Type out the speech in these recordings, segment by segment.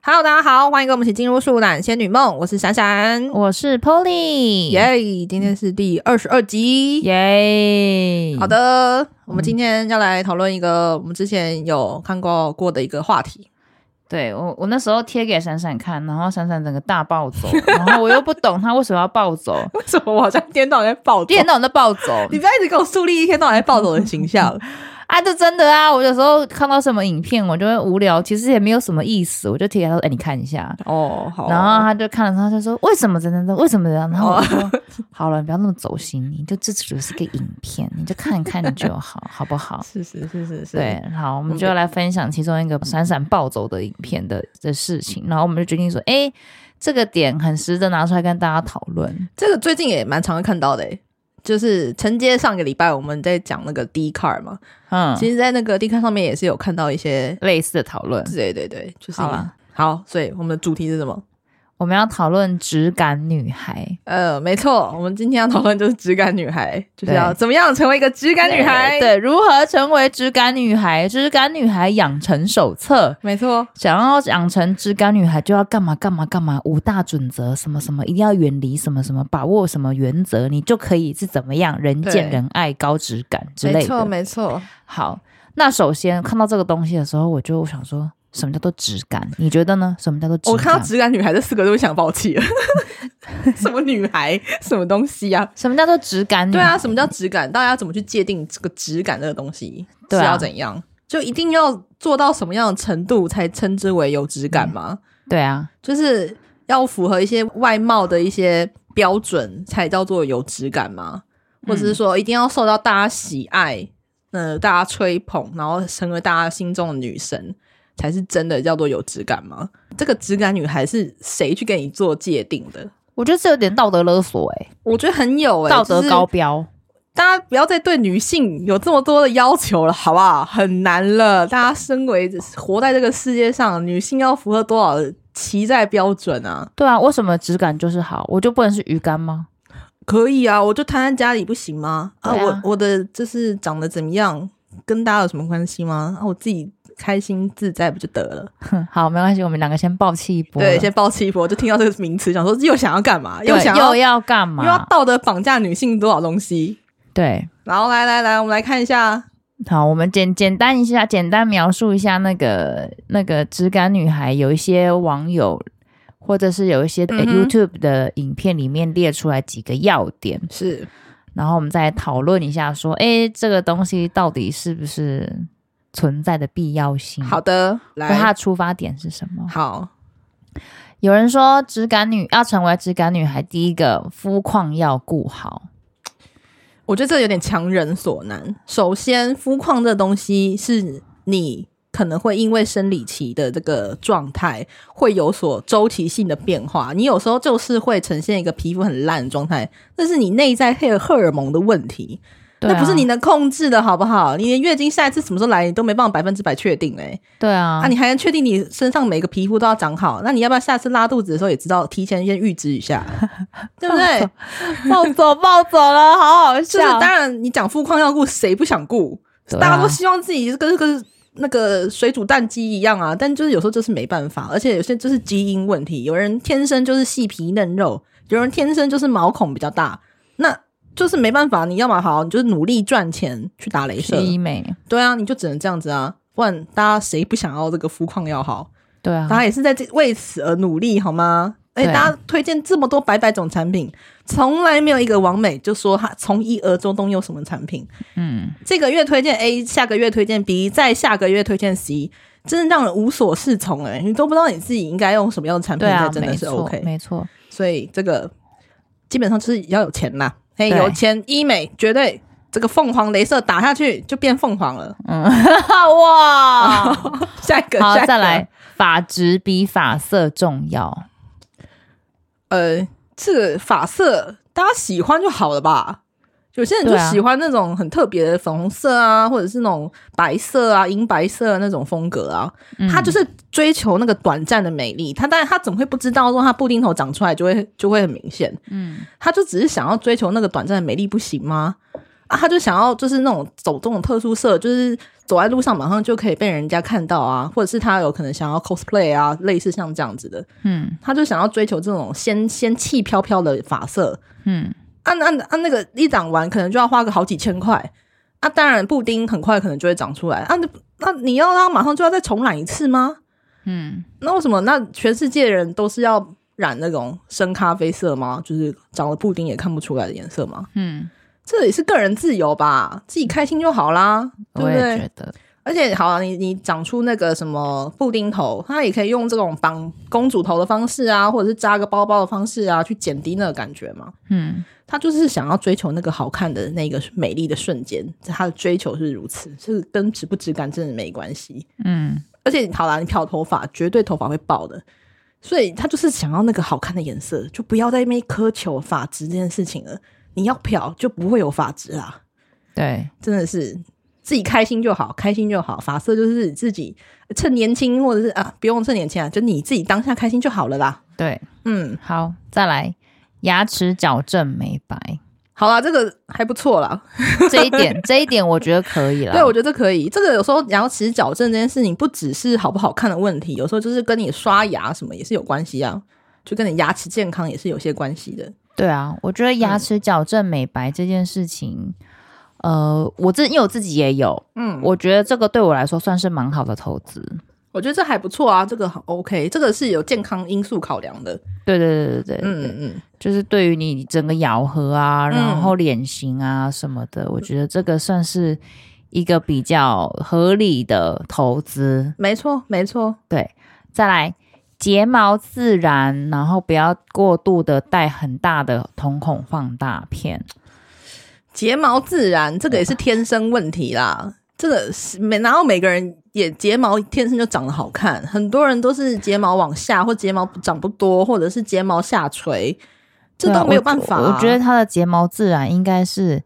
Hello，大家好，欢迎跟我们一起进入《树懒仙女梦》，我是闪闪，我是 Polly，耶今天是第二十二集。耶好，的，我们今天要来讨论一个嗯我们之前有看过过的一个话题。 对我我那时候贴给闪闪看，然后闪闪整个大暴走， 然后我又不懂他为什么要暴走，为什么我好像一天到晚在暴走一？天到晚在暴走你不要一直给我树立一天到晚在暴走的形象。 啊，这真的啊！我有时候看到什么影片，我就会无聊，其实也没有什么意思，我就贴给他说：“哎、你看一下。”哦，好然后他就看了，他就说：“为什么怎样怎样？为什么怎样？”然后我就说：“好了，你不要那么走心，你就这只是个影片，你就看看就好，好不好？”是是是是是，对，好，我们就来分享其中一个闪闪暴走的影片的的事情，然后我们就决定说，哎，这个点很值得拿出来跟大家讨论。这个最近也蛮常看到的、欸，就是承接上个礼拜我们在讲那个 D car 嘛，嗯，其实，在那个 D car 上面也是有看到一些，类似的讨论，对对对，就是好啊啦好，所以我们的主题是什么？我们要讨论质感女孩。呃，没错，我们今天要讨论就是质感女孩，就是对要怎么样成为一个质感女孩。，对，如何成为质感女孩？质感女孩养成手册，没错，想要养成质感女孩，就要干嘛干嘛干嘛，五大准则什么什么，一定要远离什么什么，把握什么原则，你就可以是怎么样人见对人爱、高质感之类的。没错，没错。好，那首先看到这个东西的时候，我就想说，什么叫做质感？你觉得呢？什么叫做质感？我看到“质感女孩”这四个都想爆气 了，什么女孩，什么东西啊？什么叫做质感？对啊，，什么叫质感？大家要怎么去界定这个质感这个东西是对啊要怎样？就一定要做到什么样的程度才称之为有质感吗？对啊，就是要符合一些外貌的一些标准才叫做有质感吗？嗯或者是说一定要受到大家喜爱，呃，大家吹捧，然后成为大家心中的女神，才是真的叫做有质感吗？这个质感女孩是谁去给你做界定的？我觉得这有点道德勒索、欸，我觉得很有、欸、道就德是高标。大家不要再对女性有这么多的要求了，好不好？很难了。大家身为活在这个世界上，女性要符合多少期待标准啊？对啊，为什么质感就是好？我就不能是鱼竿吗？可以啊，我就瘫在家里不行吗？啊，对啊我我的就是长得怎么样，跟大家有什么关系吗？啊，我自己开心自在不就得了？哼，好，没关系，我们两个先暴气一波了。对，先抱气一波，就听到这个名词，想说又想要干嘛？对又想要又要干嘛？要道德绑架女性多少东西？对。然后来来来，我们来看一下，好，我们简简单一下，简单描述一下那个那个质感女孩，有一些网友或者是有一些、呃嗯哼 YouTube 的影片里面列出来几个要点，是然后我们再来讨论一下，说，哎，这个东西到底是不是存在的必要性？好，的，那它来的，出发点是什么？好，有人说，质感女要成为质感女孩，第一个肤况要顾好，我觉得这有点强人所难。首先，肤况这东西是你可能会因为生理期的这个状态会有所周期性的变化，你有时候就是会呈现一个皮肤很烂的状态，那是你内在黑荷尔蒙的问题，对啊那不是你能控制的，好不好？你连月经下一次什么时候来，你都没办法百分之百确定嘞、对啊，啊，你还能确定你身上每个皮肤都要长好？那你要不要下次拉肚子的时候也知道提前先预知一下，对不 对？暴走暴走了，好好就是当然，你讲肤况要顾，谁不想顾？对啊大家都希望自己跟跟那个水煮蛋鸡一样啊，但就是有时候就是没办法，而且有些就是基因问题，有人天生就是细皮嫩肉，有人天生就是毛孔比较大，那就是没办法。你要么好，你就是努力赚钱去打镭去射，医美，对啊，你就只能这样子啊，不然大家谁不想要这个肤况要好？对啊，大家也是在这为此而努力，好吗？而且对啊大家推荐这么多百百种产品，从来没有一个完美就说他从一而终都有什么产品。嗯。这个月推荐 A，下个月推荐 B，再下个月推荐 C，真的让人无所适从哎、你都不知道你自己应该用什么样的产品对才啊，真的是 OK。没 错，没错所以这个基本上就是要有钱啦，嘿，对有钱医美绝对这个凤凰镭射打下去就变凤凰了。嗯，哇，下一个， 好下，一个再来，发质比发色重要。呃，这个发色大家喜欢就好了吧？有些人就对啊喜欢那种很特别的粉红色啊，或者是那种白色啊、银白色那种风格啊，嗯他就是追求那个短暂的美丽。他但他怎么会不知道说他布丁头长出来就会就会很明显？嗯，他就只是想要追求那个短暂的美丽，不行吗？啊他就想要就是那种走这种特殊色，就是走在路上马上就可以被人家看到啊，或者是他有可能想要 cosplay 啊，类似像这样子的，嗯他就想要追求这种仙仙气飘飘的发色。嗯，啊那那啊那个一长完可能就要花个好几千块，啊当然布丁很快可能就会长出来啊，那那你要让它马上就要再重染一次吗？嗯，那为什么那全世界人都是要染那种深咖啡色吗？就是长了布丁也看不出来的颜色吗？嗯，这也是个人自由吧，自己开心就好啦，对我不也对？觉得，而且好、啊，你你长出那个什么布丁头，它也可以用这种绑公主头的方式啊，或者是扎个包包的方式啊，去减低那个感觉嘛。嗯，他就是想要追求那个好看的那个美丽的瞬间，他的追求是如此，是跟质不质感真的没关系。嗯，而且好啦，你漂头发绝对头发会爆的，所以他就是想要那个好看的颜色，就不要在那边苛求发质这件事情了。你要漂就不会有发质啊，对，真的是自己开心就好，开心就好。发色就是自己趁年轻，或者是啊，不用趁年轻啊，就你自己当下开心就好了啦。对，嗯，好，再来，牙齿矫正美白 好啦，这个还不错啦。这一点，这一点我觉得可以了。对，我觉得这可以。这个有时候牙齿矫正这件事情，不只是好不好看的问题，有时候就是跟你刷牙什么也是有关系啊，就跟你牙齿健康也是有些关系的。对啊，我觉得嗯牙齿矫正美白这件事情，呃，我自因为我自己也有，嗯，我觉得这个对我来说算是蛮好的投资。我觉得这还不错啊，这个很 OK，这个是有健康因素考量的。对对对对对，嗯嗯，嗯就是对于你整个咬合啊，嗯然后脸型啊什么的，我觉得这个算是一个比较合理的投资。没错没错。对，再来睫毛自然，然后不要过度的戴很大的瞳孔放大片。睫毛自然，哦这个也是天生问题啦。这个是每然后每个人也睫毛天生就长得好看，很多人都是睫毛往下，或睫毛长不多，或者是睫毛下垂，这对啊都没有我办法啊、我我觉得他的睫毛自然应该是，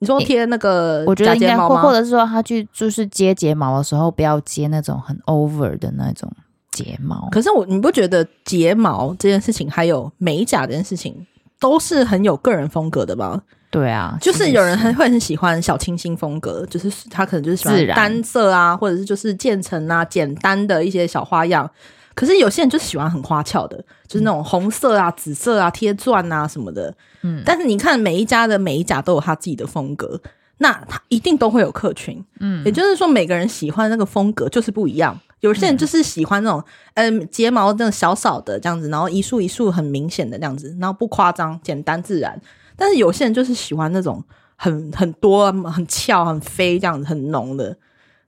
你说贴那个我觉呃假得应睫该毛或吗？或者是说他去就是接睫毛的时候，不要接那种很 over 的那种睫毛。可是我你不觉得睫毛这件事情，还有美甲这件事情，都是很有个人风格的吗？对啊，就是其实有人很会很喜欢小清新风格，就是他可能就是喜自欢然单色啊，或者是就是渐层啊，简单的一些小花样。可是有些人就喜欢很花俏的，就是那种红色啊、紫色啊、贴钻啊什么的。嗯但是你看每一家的每一家都有他自己的风格，那他一定都会有客群。嗯也就是说，每个人喜欢那个风格就是不一样。有些人就是喜欢那种，嗯、睫毛那种小小的这样子，然后一束一束很明显的这样子，然后不夸张，简单自然。但是有些人就是喜欢那种很很多、很翘、很飞这样子，很浓的。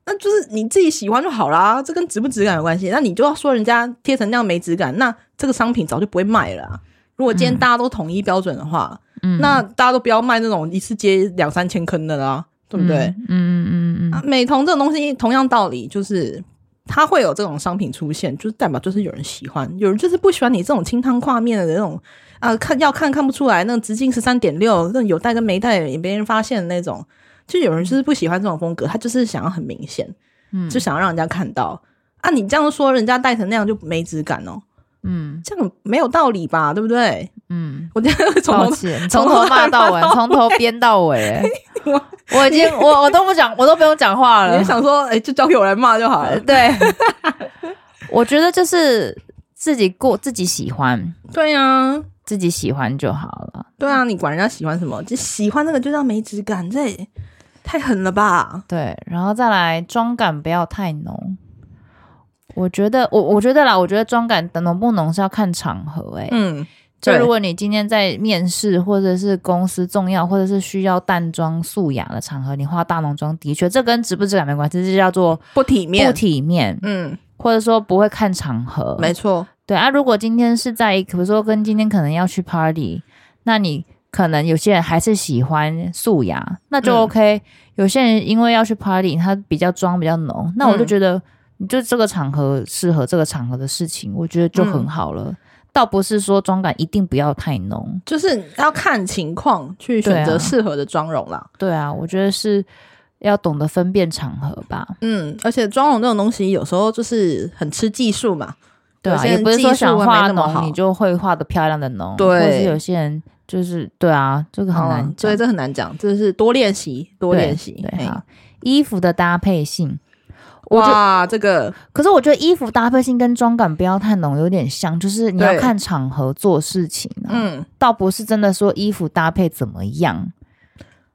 那就是你自己喜欢就好啦，这跟质不质感有关系。那你就要说人家贴成那样没质感，那这个商品早就不会卖了、啊。如果今天大家都统一标准的话，嗯那大家都不要卖那种一次接两三千坑的啦，对不对？嗯嗯嗯嗯啊嗯，美瞳这种东西同样道理，就是它会有这种商品出现，就是代表就是有人喜欢，有人就是不喜欢你这种清汤挂面的那种啊、看要看看不出来，那种直径十三点六，那种有戴跟没戴也没人发现的那种，就有人就是不喜欢这种风格，他就是想要很明显，嗯就想要让人家看到。啊，你这样说，人家戴成那样就没质感哦，嗯这样没有道理吧？对不对？ 嗯，我觉得从抱头歉，从头骂到尾，从头编到 尾，哎我已经我我都不讲，我都不用讲话你了就。想说，哎、就交给我来骂就好了。对，我觉得就是自己过，自己喜欢，对啊，自己喜欢就好了。对啊，你管人家喜欢什么，就喜欢那个就叫没质感，这也太狠了吧？对，然后再来妆感不要太浓。我觉得，我我觉得啦，我觉得妆感的浓不浓是要看场合、欸，嗯，就对如果你今天在面试或者是公司重要或者是需要淡妆素雅的场合，你化大浓妆，的确这跟质不质感没关系，这叫做不体面，不体面，嗯，或者说不会看场合。没错，对啊，如果今天是在一个，比如说跟今天可能要去 party，那你可能有些人还是喜欢素雅，那就嗯 OK。有些人因为要去 party，他比较妆比较浓，那我就嗯觉得你就这个场合适合这个场合的事情，我觉得就很嗯好了。倒不是说妆感一定不要太浓，就是要看情况去选对啊择适合的妆容啦。对啊，我觉得是要懂得分辨场合吧。嗯，而且妆容这种东西有时候就是很吃技术嘛，对有啊，些也人不是技说术想还没画那么好浓你就会画的漂亮的浓，对嗯或是有些人就是对啊，这个很好难啦，所讲以这很难讲，这是多练习，多对练习。对，嘿好，衣服的搭配性，我觉得哇，这个可是我觉得衣服搭配性跟妆感不要太浓有点像，就是你要对看场合做事情、啊，嗯，倒不是真的说衣服搭配怎么样，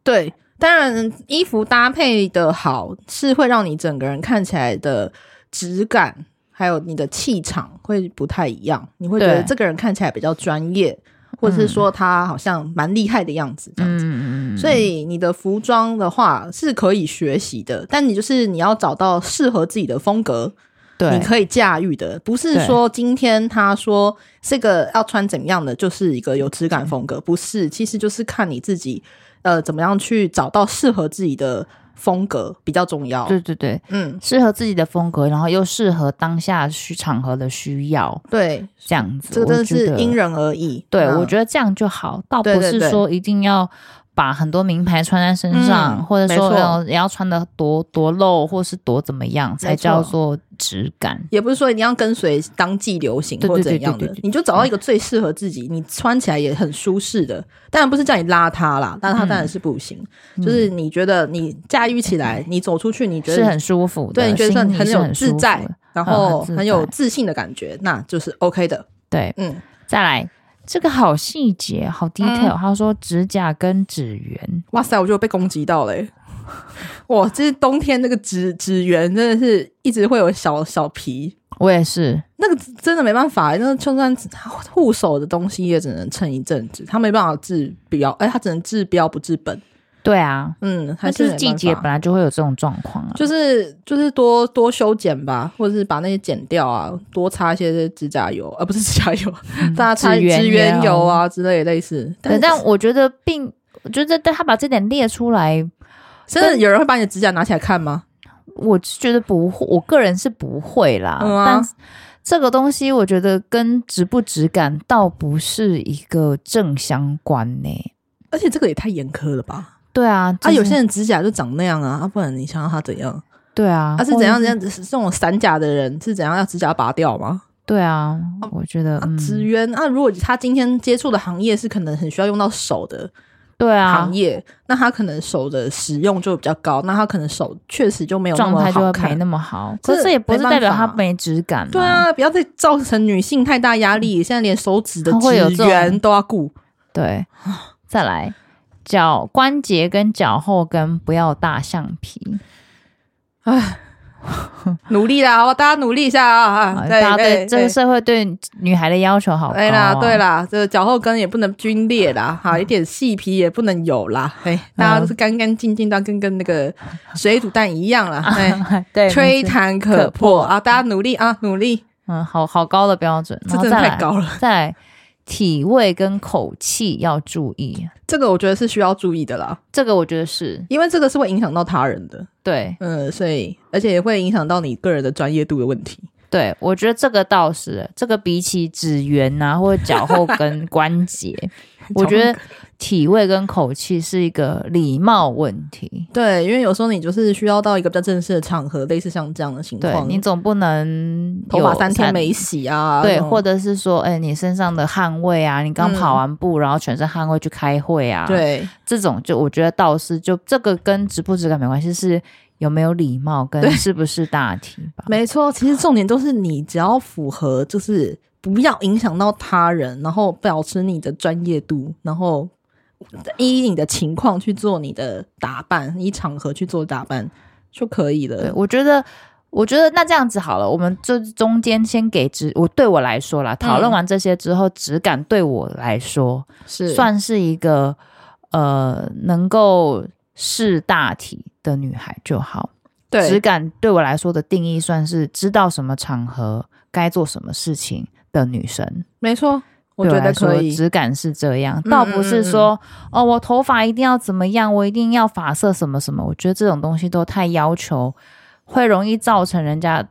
对，当然衣服搭配的好是会让你整个人看起来的质感，还有你的气场会不太一样，你会觉得对这个人看起来比较专业，或者是说他好像蛮厉害的样子这样子。嗯嗯嗯，所以你的服装的话是可以学习的，但你就是你要找到适合自己的风格，对你，可以驾驭的，不是对说今天他说这个要穿怎样的，就是一个有质感风格，不是，其实就是看你自己，呃，怎么样去找到适合自己的风格比较重要。对对对，嗯，适合自己的风格，然后又适合当下需场合的需要，对，这样子，这个真的我觉是得因人而异。对，嗯我觉得这样就好，倒不对对是对说一定要把很多名牌穿在身上，嗯或者说没错要也要穿的多多露，或是多怎么样，才没错叫做质感。也不是说一定要跟随当季流行对或对怎对样对的对对，你就找到一个最适合自己，你穿起来也很舒适的。当然不是叫你邋遢啦，邋遢当然是不行。就是你觉得你驾驭起来，你走出去，你觉嗯是得很舒服的，对你觉得心里很是有很舒自服在的嗯然后很自很有在自信的感觉，那就是 OK 的。对，嗯，再来这个好细节，好 detail、他说指甲跟指缘，哇塞，我就被攻击到 嘞、哇，这是冬天那个指指缘真的是一直会有小小皮，我也是，那个真的没办法、那就算护手的东西也只能撑一阵子，它没办法治标，哎、它只能治标不治本。对啊，嗯，还那是就是没季办节法本来就会有这种状况啊。就是就是多多修剪吧，或者是把那些剪掉啊，多擦一些指甲油，啊，不是指甲 油， 大家擦指缘指缘油油啊之类的类似。对，但我觉得并，我觉得他把这点列出来，真的有人会把你的指甲拿起来看吗？我是觉得不会，我个人是不会啦。嗯啊但是这个东西，我觉得跟质不质感倒不是一个正相关呢、而且这个也太严苛了吧！对啊，就啊，是有些人指甲就长那样啊，啊不然你想让他怎样？对啊，他、是或怎者样怎样？这种散甲的人是怎样要指甲拔掉吗？对啊，我觉得、啊嗯，，职员啊，如果他今天接触的行业是可能很需要用到手的对啊行，业，那他可能手的使用就比较高，那他可能手确实就没有那状么态就好会看没。那么好。这可是这也不是代表没它办法没质感、对，啊，不要再造成女性太大压力。现在连手指的嗯他会有这指种缘都要顾， 对，再来。脚关节跟脚后跟不要大橡皮，努力啦！我大家努力一下啊！啊啊大家对哎这哎个社会对女孩的要求好高、哎啊啦，对啦，这个脚后跟也不能皲裂啦，哈，一点细皮也不能有啦，哎，大嗯家都是干干净净的，跟跟那个水煮蛋一 样啦，哎， 对，没吹错弹可破啊！大家努力啊，努力，嗯，好好高的标准，这然后真的再太来，高了， 再来体味跟口气要注意，这个我觉得是需要注意的啦，这个我觉得是因为这个是会影响到他人的，对，嗯，所以而且也会影响到你个人的专业度的问题。对我觉得这个倒是，这个比起指缘啊或者脚后 跟关节，我觉得体味跟口气是一个礼貌问题。对，因为有时候你就是需要到一个比较正式的场合，类似像这样的情对况，你总不能头发有三天没洗啊，对，那种或者是说，哎、你身上的汗味啊，你嗯刚跑完步，然后全身汗味去开会啊，，对这种就我觉得倒是就这个跟直不直感没关系，是有没有礼貌跟对是不是大体吧。没错，其实重点都是你只要符合，就是不要影响到他人，然后保持你的专业度，然后依你的情况去做你的打扮，依场合去做打扮就可以对，了。我觉得，我觉得那这样子好了，我们就中间先给质，我对我来说啦，讨嗯论完这些之后，质感对我来说是算是一个呃能够视大体的女孩就好。质对，感对我来说的定义算是知道什么场合该做什么事情的女生。没错，我对觉来得可说以。质感是这样，嗯倒不是嗯嗯说哦，我头发一定要怎么样，我一定要发色什么什么。我觉得这种东西都太要求，会容易造成人家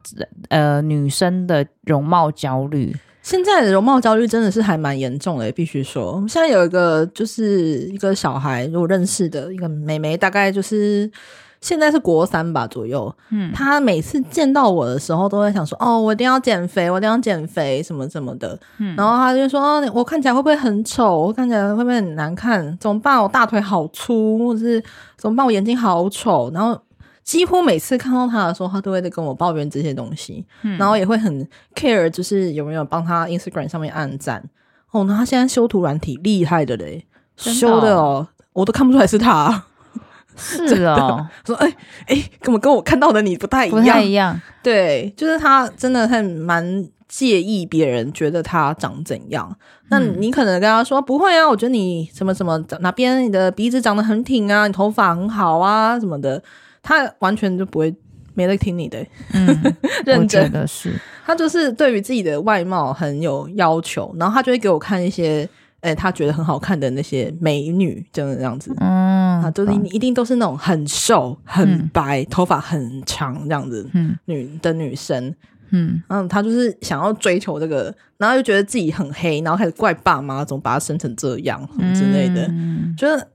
呃女生的容貌焦虑。现在的容貌焦虑真的是还蛮严重的，必须说。我们现在有一个就是一个小孩，我认识的一个妹妹，大概就是现在是国三吧左右，嗯，他每次见到我的时候，都会想说：“哦，我一定要减肥，我一定要减肥，什么什么的。嗯然后他就说：“哦，我看起来会不会很丑？我看起来会不会很难看？怎么办？我大腿好粗，或者是怎么办？我眼睛好丑。”然后几乎每次看到他的时候，他都会在跟我抱怨这些东西，嗯然后也会很 care，就是有没有帮他 Instagram 上面按赞。哦，那他现在修图软体厉害的嘞，真的修的哦，我都看不出来是他。是哦，说：“哎、哎、怎么跟我看到的你不太一不样？”太一样。 对，就是他真的很蛮介意别人觉得他长怎样。那嗯你可能跟他说、不会啊，我觉得你什么什么哪边你的鼻子长得很挺啊，你头发很好啊什么的，他完全就不会没在听你的，嗯，我认觉真。得是，他就是对于自己的外貌很有要求，然后他就会给我看一些。哎、他觉得很好看的那些美女，就是这样子嗯，啊，就是懂一一定都是那种很瘦、很嗯白、头发很长这样子嗯女的女生，嗯，嗯，他就是想要追求这个，然后就觉得自己很黑，然后开始怪爸妈怎么把他生成这样什么之类的，嗯觉得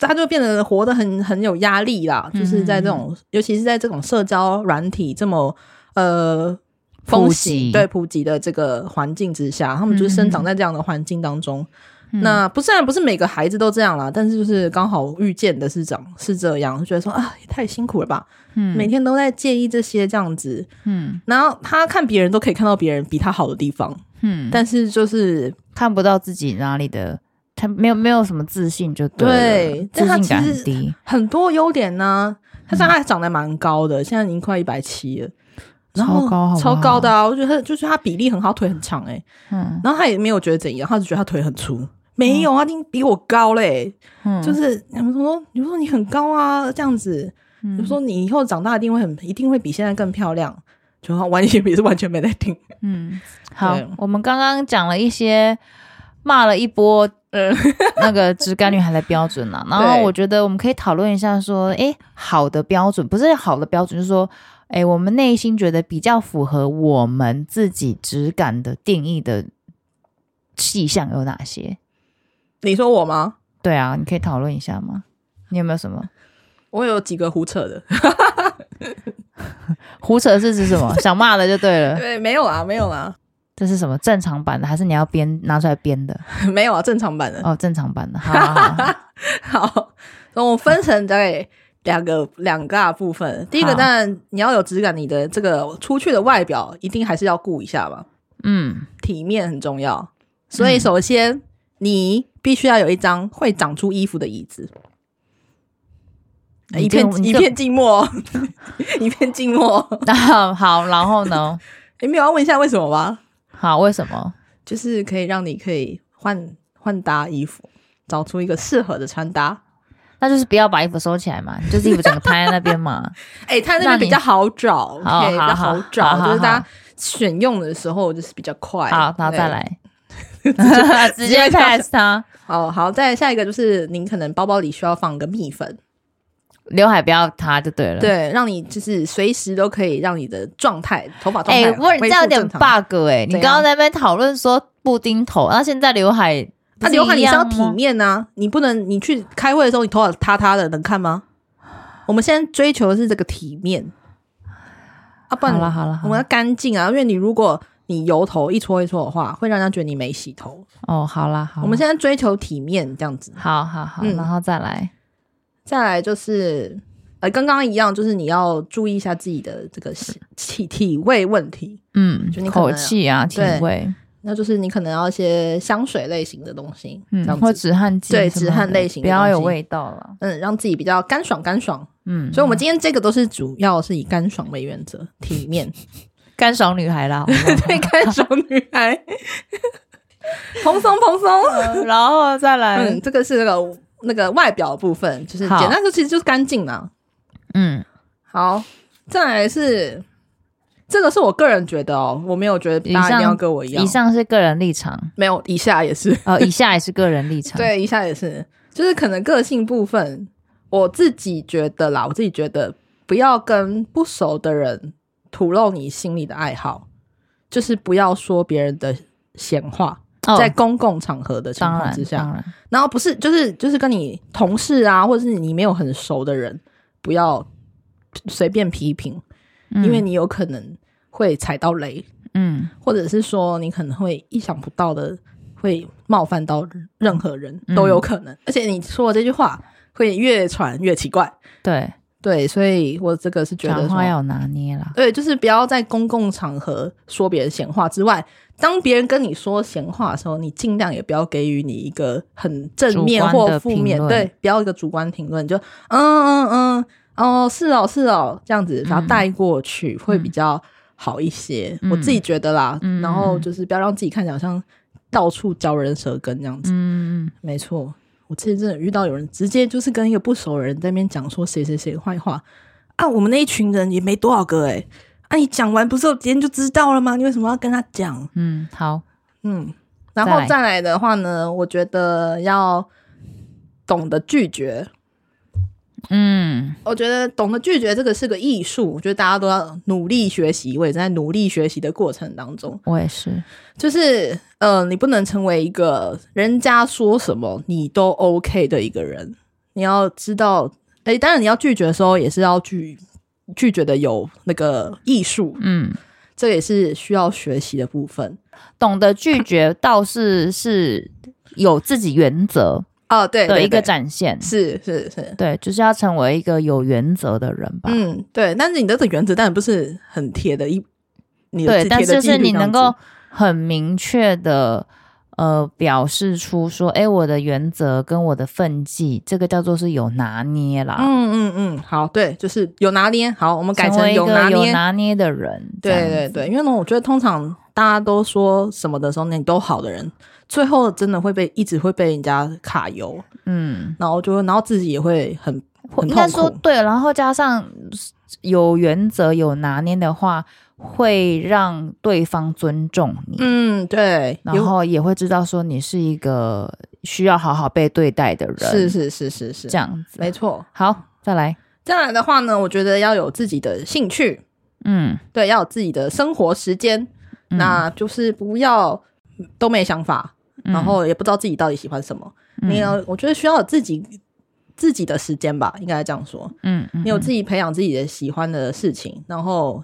他就变得活得很很有压力啦，嗯就是在这种，尤其是在这种社交软体这么呃风普行及对普及的这个环境之下，他们就是生长在这样的环境当中。嗯那不虽然不是每个孩子都这样啦，但是就是刚好遇见的是长是这样，就觉得说啊也太辛苦了吧，嗯每天都在介意这些这样子，嗯然后他看别人都可以看到别人比他好的地方，嗯，但是就是看不到自己哪里的，他没有没有什么自信就对对了，但他自信感其实很低，很多优点呢、嗯他现在长得蛮高的，现在已经快一百七了。然后超高好不好超高的啊！我觉得就是他比例很好，腿很长哎、嗯然后他也没有觉得怎样，他只觉得他腿很粗。没有啊，他已经比我高嘞、嗯，就是你们说，你们说你很高啊，这样子，嗯你们说你以后长大一定会很，一定会比现在更漂亮。就他完全也是完全没在听，嗯，好对，我们刚刚讲了一些，骂了 一波，呃，那个直感女孩的标准啊，然后嗯对我觉得我们可以讨论一下，说，诶，好的标准不是好的标准，就是说，诶，我们内心觉得比较符合我们自己质感的定义的细项有哪些？你说我吗？对啊，你可以讨论一下吗？你有没有什么我有几个胡扯 的，胡扯是指什么？想骂的就对了， 对，没有啊，没有啊，这是什么正常版的，还是你要编拿出来编的？ 没有啊，正常版的。哦，正常版的，好好好。 好，那我分成大概两个两大部分。第一个好当然你要有质感，你的这个出去的外表一定还是要顾一下吧，嗯体面很重要。所以首先、你必须要有一张会长出衣服的椅子。你一片这你一这片静默， 一片静默。那 好，然后呢？你们有要问一下为什么吗？好，为什么？就是可以让你可以换换搭衣服，找出一个适合的穿搭。那就是不要把衣服收起来嘛，就是衣服 整个摊在那边嘛。哎、它那那边你比较好找好，OK，比好较好好找，好好就是大好家选用的时候就是比较快。好，然后对再。来， 直接哎直接跳 pass 它。哦，好，再下一个就是您可能包包里需要放个蜜粉，刘海不要塌就对了。，对，让你就是随时都可以让你的状态、头发状哎、态不是恢这样复有点正常。啊 bug 哎、你怎样刚刚在那边讨论说布丁头，那现在刘海不那是啊刘海一你是要样体吗？面啊，你不能你去开会的时候你头发塌塌的，能看吗？我们现在追求的是这个体面，啊，不然好了好了好我们了要干净啊，因为你如果你油头一撮一撮的话，会让人家觉得你没洗头。哦，好啦好啦，我们现在追求体面这样子，好好好，嗯然后再来，再来就是呃，跟刚刚一样，就是你要注意一下自己的这个体体体味问题，嗯就你，可能口气啊，体对味，那就是你可能要一些香水类型的东西，这嗯，样或子。止汗剂什么对的，止汗类型不的要有东西味道了。嗯，让自己比较干爽干爽，嗯，所以我们今天这个都是主要是以干爽为原则，体 面干爽女孩啦，好不好对干爽女孩，蓬松蓬松， 然后再来，嗯，这个是那个那个外表的部分，就是好简单说其实就是干净啦，嗯，好，再来是这个是我个人觉得哦，我没有觉得大家一定要跟我一样，以上是个人立场，没有以下也是， 呃，以下也是个人立场。，对，以下也是，就是可能个性部分，我自己觉得啦，我自己觉得不要跟不熟的人吐露你心里的爱好，就是不要说别人的闲话，哦，在公共场合的情当况然之下，当然，然后不是就是就是跟你同事啊，或者是你没有很熟的人，不要随便批评，嗯因为你有可能会踩到雷，嗯或者是说你可能会意想不到的会冒犯到任何人嗯都有可能，而且你说的这句话会越传越奇怪。对，对，所以我这个是觉得讲说话要有拿捏啦。对，就是不要在公共场合说别人闲话之外，当别人跟你说闲话的时候，你尽量也不要给予你一个很正面主观或的负面评，论对，不要一个主观评论，就嗯嗯嗯，哦是哦是哦，这样子把嗯它带过去、会比较好一些，我自己觉得啦。嗯然后就是不要让自己看起来好像到处嚼人舌根这样子，嗯，没错，我之前真的有遇到有人直接就是跟一个不熟的人在那边讲说谁谁谁坏话啊，我们那一群人也没多少个哎、啊，你讲完不是我今天就知道了吗？你为什么要跟他讲？嗯，好，嗯，然再后来再来的话呢，我觉得要懂得拒绝。嗯，我觉得懂得拒绝这个是个艺术，我觉得大家都要努力学习。我也在努力学习的过程当中，我也是，就是呃，你不能成为一个人家说什么你都 OK 的一个人。你要知道，诶，当然你要拒绝的时候也是要拒拒绝的有那个艺术，嗯，这也是需要学习的部分。懂得拒绝倒是是有自己原则哦，对的对一个对展现。是是是，对，就是要成为一个有原则的人吧。嗯，对。但是你的这个原则当然不是很贴的一，你的对，自但贴的是就纪是律你这样能子够很明确的呃表示出说，哎，我的原则跟我的分际，这个叫做是有拿捏啦，嗯嗯嗯，好，对，就是有拿捏。好，我们改成为一有拿个有捏。拿捏的人。对对对，因为呢，我觉得通常大家都说什么的时候，那你都好的人，最后真的会被一直会被人家卡油，对，嗯，然后就会然后自己也会很很应该痛说苦。对，然后加上有原则、有拿捏的话，会让对方尊重你。嗯，对，然后也会知道说你是一个需要好好被对待的人，有是是是是是，这样子。没错。好，再来，再来的话呢，我觉得要有自己的兴趣，嗯，对，要有自己的生活时间，嗯那就是不要都没想法，嗯然后也不知道自己到底喜欢什么。你要，我觉得需要有自己自己的时间吧，应该这样说。嗯，嗯你有自己培养自己的喜欢的事情，然后，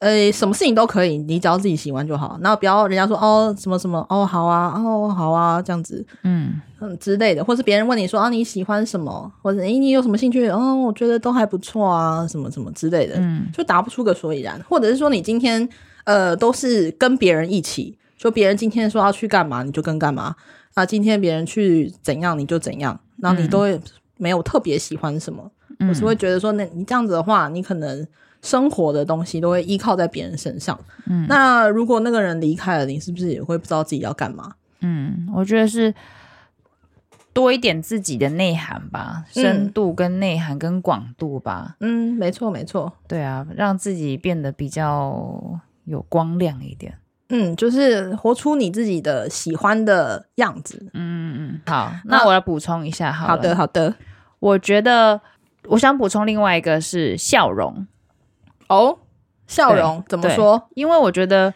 呃，什么事情都可以，你只要自己喜欢就好。然后不要人家说哦什么什么哦好啊哦好啊这样子，嗯嗯之类的，或是别人问你说啊你喜欢什么，或者诶、你有什么兴趣？哦，我觉得都还不错啊，什么什么之类的，嗯就答不出个所以然。或者是说你今天呃都是跟别人一起，就别人今天说要去干嘛你就跟干嘛啊，今天别人去怎样你就怎样，然后你都会没有特别喜欢什么。嗯，我是会觉得说，那你这样子的话，你可能生活的东西都会依靠在别人身上。嗯那如果那个人离开了，你是不是也会不知道自己要干嘛？嗯，我觉得是多一点自己的内涵吧，深嗯度跟内涵跟广度吧，嗯，没错，没错。对啊，让自己变得比较有光亮一点。嗯，就是活出你自己的喜欢的样子。嗯嗯嗯，好，那我来补充一下好，好的，，好的。我觉得我想补充另外一个是笑容。哦，笑容怎么对说？因为我觉得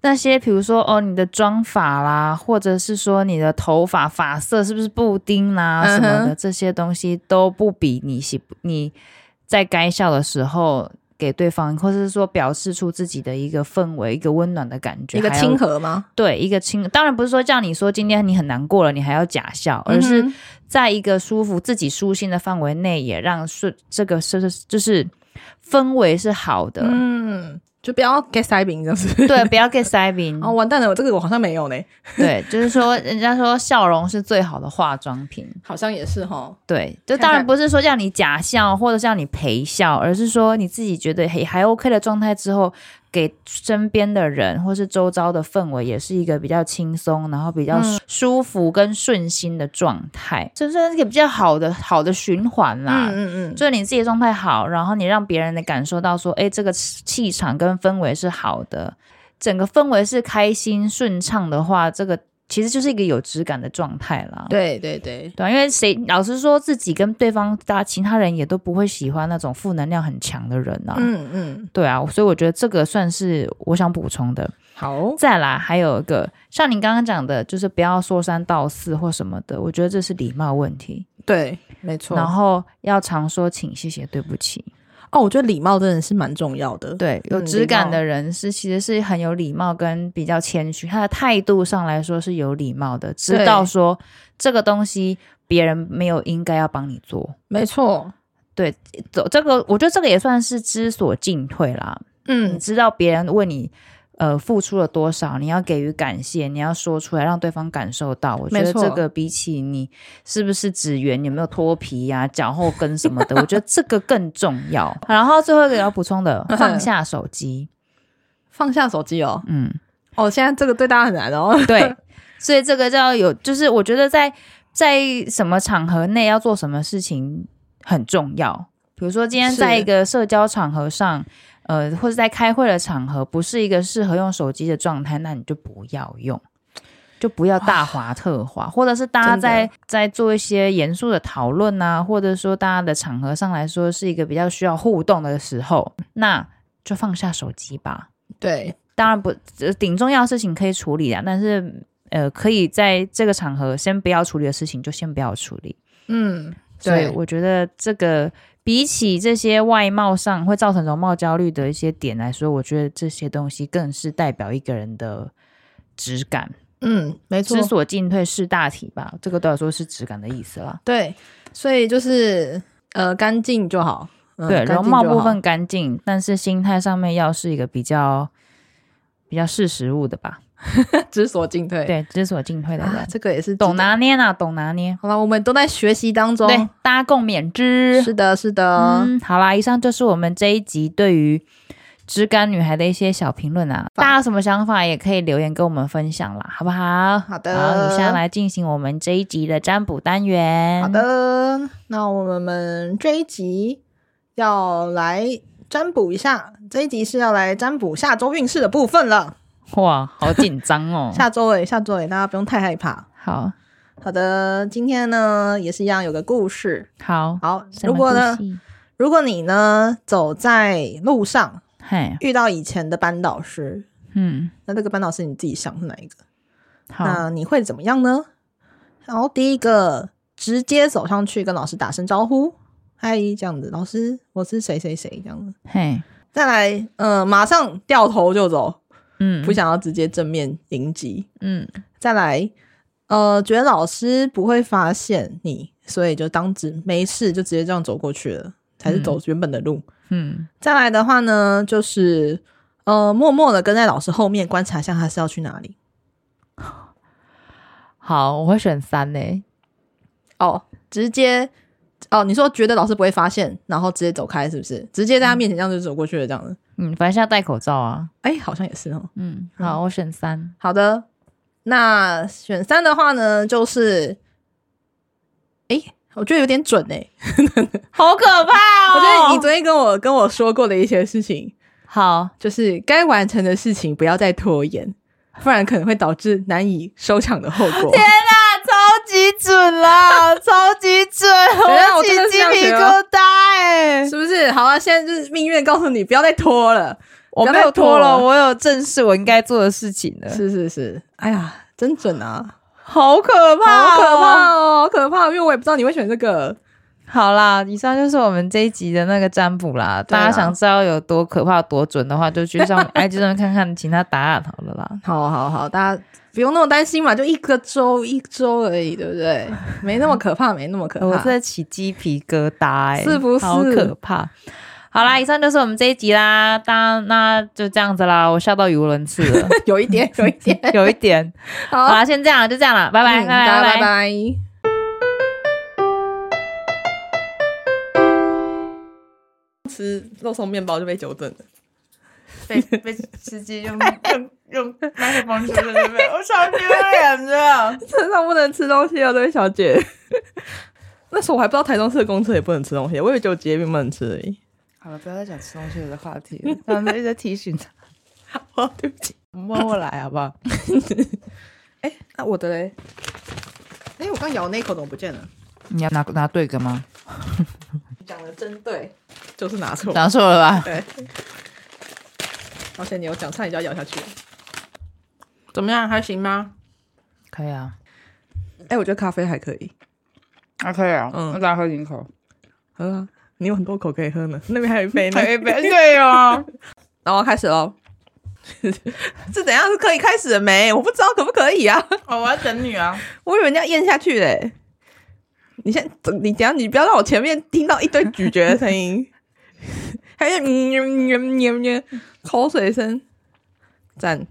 那些，比如说哦，你的妆法啦，或者是说你的头发发色是不是布丁啦、什么嗯的，哼这些东西都不比你喜你在该笑的时候给对方，或者是说表示出自己的一个氛围、一个温暖的感觉，一个还有亲和吗？对一个亲。当然不是说叫你说今天你很难过了，你还要假笑，而是嗯哼在一个舒服、自己舒心的范围内，也让是这个是是就是氛围是好的。嗯，就不要 get 塞饼，就是。对，不要 get 塞宾 哦，完蛋了，我这个我好像没有呢。 对，就是说，人家说笑容是最好的化妆品。好像也是哈。对，就看当然看不是说叫你假笑或者叫你陪笑，而是说你自己觉得还还 OK 的状态之后，给身边的人或是周遭的氛围也是一个比较轻松，然后比较嗯舒服跟顺心的状态，这是一个比较好的好的循环啦。嗯嗯嗯，就是你自己的状态好，然后你让别人的感受到说，哎，这个气场跟氛围是好的，整个氛围是开心顺畅的话，这个其实就是一个有质感的状态啦。对对对，对啊，因为谁老实说，自己跟对方大家其他人也都不会喜欢那种负能量很强的人啊。嗯嗯，对啊，所以我觉得这个算是我想补充的。好，再来，还有一个像你刚刚讲的，就是不要说三道四或什么的，我觉得这是礼貌问题。对，没错。然后要常说请、谢谢、对不起。哦，我觉得礼貌真的是蛮重要的。对，有嗯质感的礼人是其实是很有礼貌跟比较谦虚，他的态度上来说是有礼貌的，知道说这个东西别人没有应该要帮你做。没错，走这个，我觉得这个也算是知所进退啦。你嗯，知道别人为你呃付出了多少，你要给予感谢，你要说出来，让对方感受到。我觉没得错这个比起你是不是指缘有没有脱皮呀、脚后跟什么的，我觉得这个更重要。 好然后最后一个要补充的，放下手机。放下手机哦。 嗯，哦，现在这个对大家很难哦。对，所以这个叫有，就是我觉得在在什么场合内要做什么事情很重要。比如说今天是在一个社交场合上，呃，或者在开会的场合，不是一个适合用手机的状态，那你就不要用。就不要大滑特滑，或者是大家真的在在做一些严肃的讨论啊，或者说大家的场合上来说是一个比较需要互动的时候，那就放下手机吧。对，当然不，呃顶重要的事情可以处理啊，但是呃，可以在这个场合先不要处理的事情就先不要处理。嗯，所以 对我觉得这个比起这些外貌上会造成容貌焦虑的一些点来说，我觉得这些东西更是代表一个人的质感，嗯，没错知，所进退是大体吧。这个对我来说是质感的意思啦。对，所以就是呃，干净就好。嗯对，干净容貌就部好 分干净，但是心态上面要是一个比较比较识时务的吧。知所进退。对，知所进退 的人啊，，这个也是懂的。拿捏啊，懂拿捏。好了，我们都在学习当中。对，大家共勉之。是的，是的。嗯，好啦，以上就是我们这一集对于知感女孩的一些小评论啊。好大家有什么想法也可以留言跟我们分享啦，好不好？好的好，以下来进行我们这一集的占卜单元。好，的，那我们这一集要来占卜一下，这一集是要来占卜下周运势的部分了。。哇，好紧张哦 下周诶，下周诶，大家不用太害怕。好好的，今天呢也是一样有个故事。好，好，什么如果呢故，事，如果你呢走在路上嘿，遇到以前的班导师，嗯，那这个班导师你自己想是哪一个？好，那你会怎么样呢？然后第一个，直接走上去跟老师打声招呼，嗨，这样子，老师，我是谁谁谁这样子。嘿，再来，呃，马上掉头就走，嗯，不，想要直接正面迎击。嗯，再来，呃，觉得老师不会发现你，所以就当只没事，就直接这样走过去了，才是嗯走原本的路。嗯，再来的话呢，就是呃，默默的跟在老师后面观察一下他是要去哪里。好，我会选三呢。哦，直接哦，你说觉得老师不会发现，然后直接走开，是不是？直接在他面前这样就走过去了，这样子。嗯，反正现在戴口罩啊。哎，好像也是哦。嗯，好，我选三。好的，那选三的话呢，就是，哎，我觉得有点准哎、好可怕我觉得你最昨天跟我跟我说过的一些事情，好，就是该完成的事情不要再拖延，不然可能会导致难以收场的后果。超级 准啦，超级准！等一下我我真的是这起鸡样皮觉得疙瘩 哎、是不是？好啊，现在就是命运告诉你不要再拖了。我不要没再有拖拖了，了我有正视我应该做的事情 了，是是是，哎呀，真准啊！好可怕、好可怕！哦，好可怕！因为我也不知道你会选这个。好啦，以上就是我们这一集的那个占卜啦。对啦大家想知道有多可怕、多准的话，就去 上 IG 上面看看其他答案好了啦。好好好，大家不用那么担心嘛，就一个周一周而已，对不 对？没那么可怕，没那么可怕。我真的起鸡皮疙瘩、欸，是不是好可怕？好啦，以上就是我们这一集啦，大家那就这样子啦，我笑到语无伦次了， 有一点，有一点。有一点。好，好啦，先这样，就这样了，拜拜，嗯拜大拜，家拜拜。吃肉松面包就被纠正了。被被直接用用用麦克风说的，我超丢脸的。 车上不能吃东西哦，这位小姐。 那时候我还不知道台中市的公车也不能吃东西，我以为只有捷运不能吃而已。 好了，不要再讲吃东西的话题了，他嗯们一直在提醒他，哦，对不起。摸过来好不好？哎、啊那、我的嘞？哎、我刚咬的那一口怎么不见了？你要拿拿对个吗？讲的真对，就是拿错。拿错了吧？对，而且你有讲，差点就要咬下去了。怎么样？还行吗？可以啊，哎、我觉得咖啡还可以，还可以啊嗯再喝一口。喝啊。你有很多口可以喝呢，那边 还有一杯呢。一杯， 对哦。然后开始 喽，这怎样是可以开始了没？我不知道可不可以啊，哦，我要等你啊！我以为你要咽下去嘞。你先，你等一下你不要让我前面听到一堆咀嚼的声音， 还有嗯嗯嗯嗯嗯口水声，赞。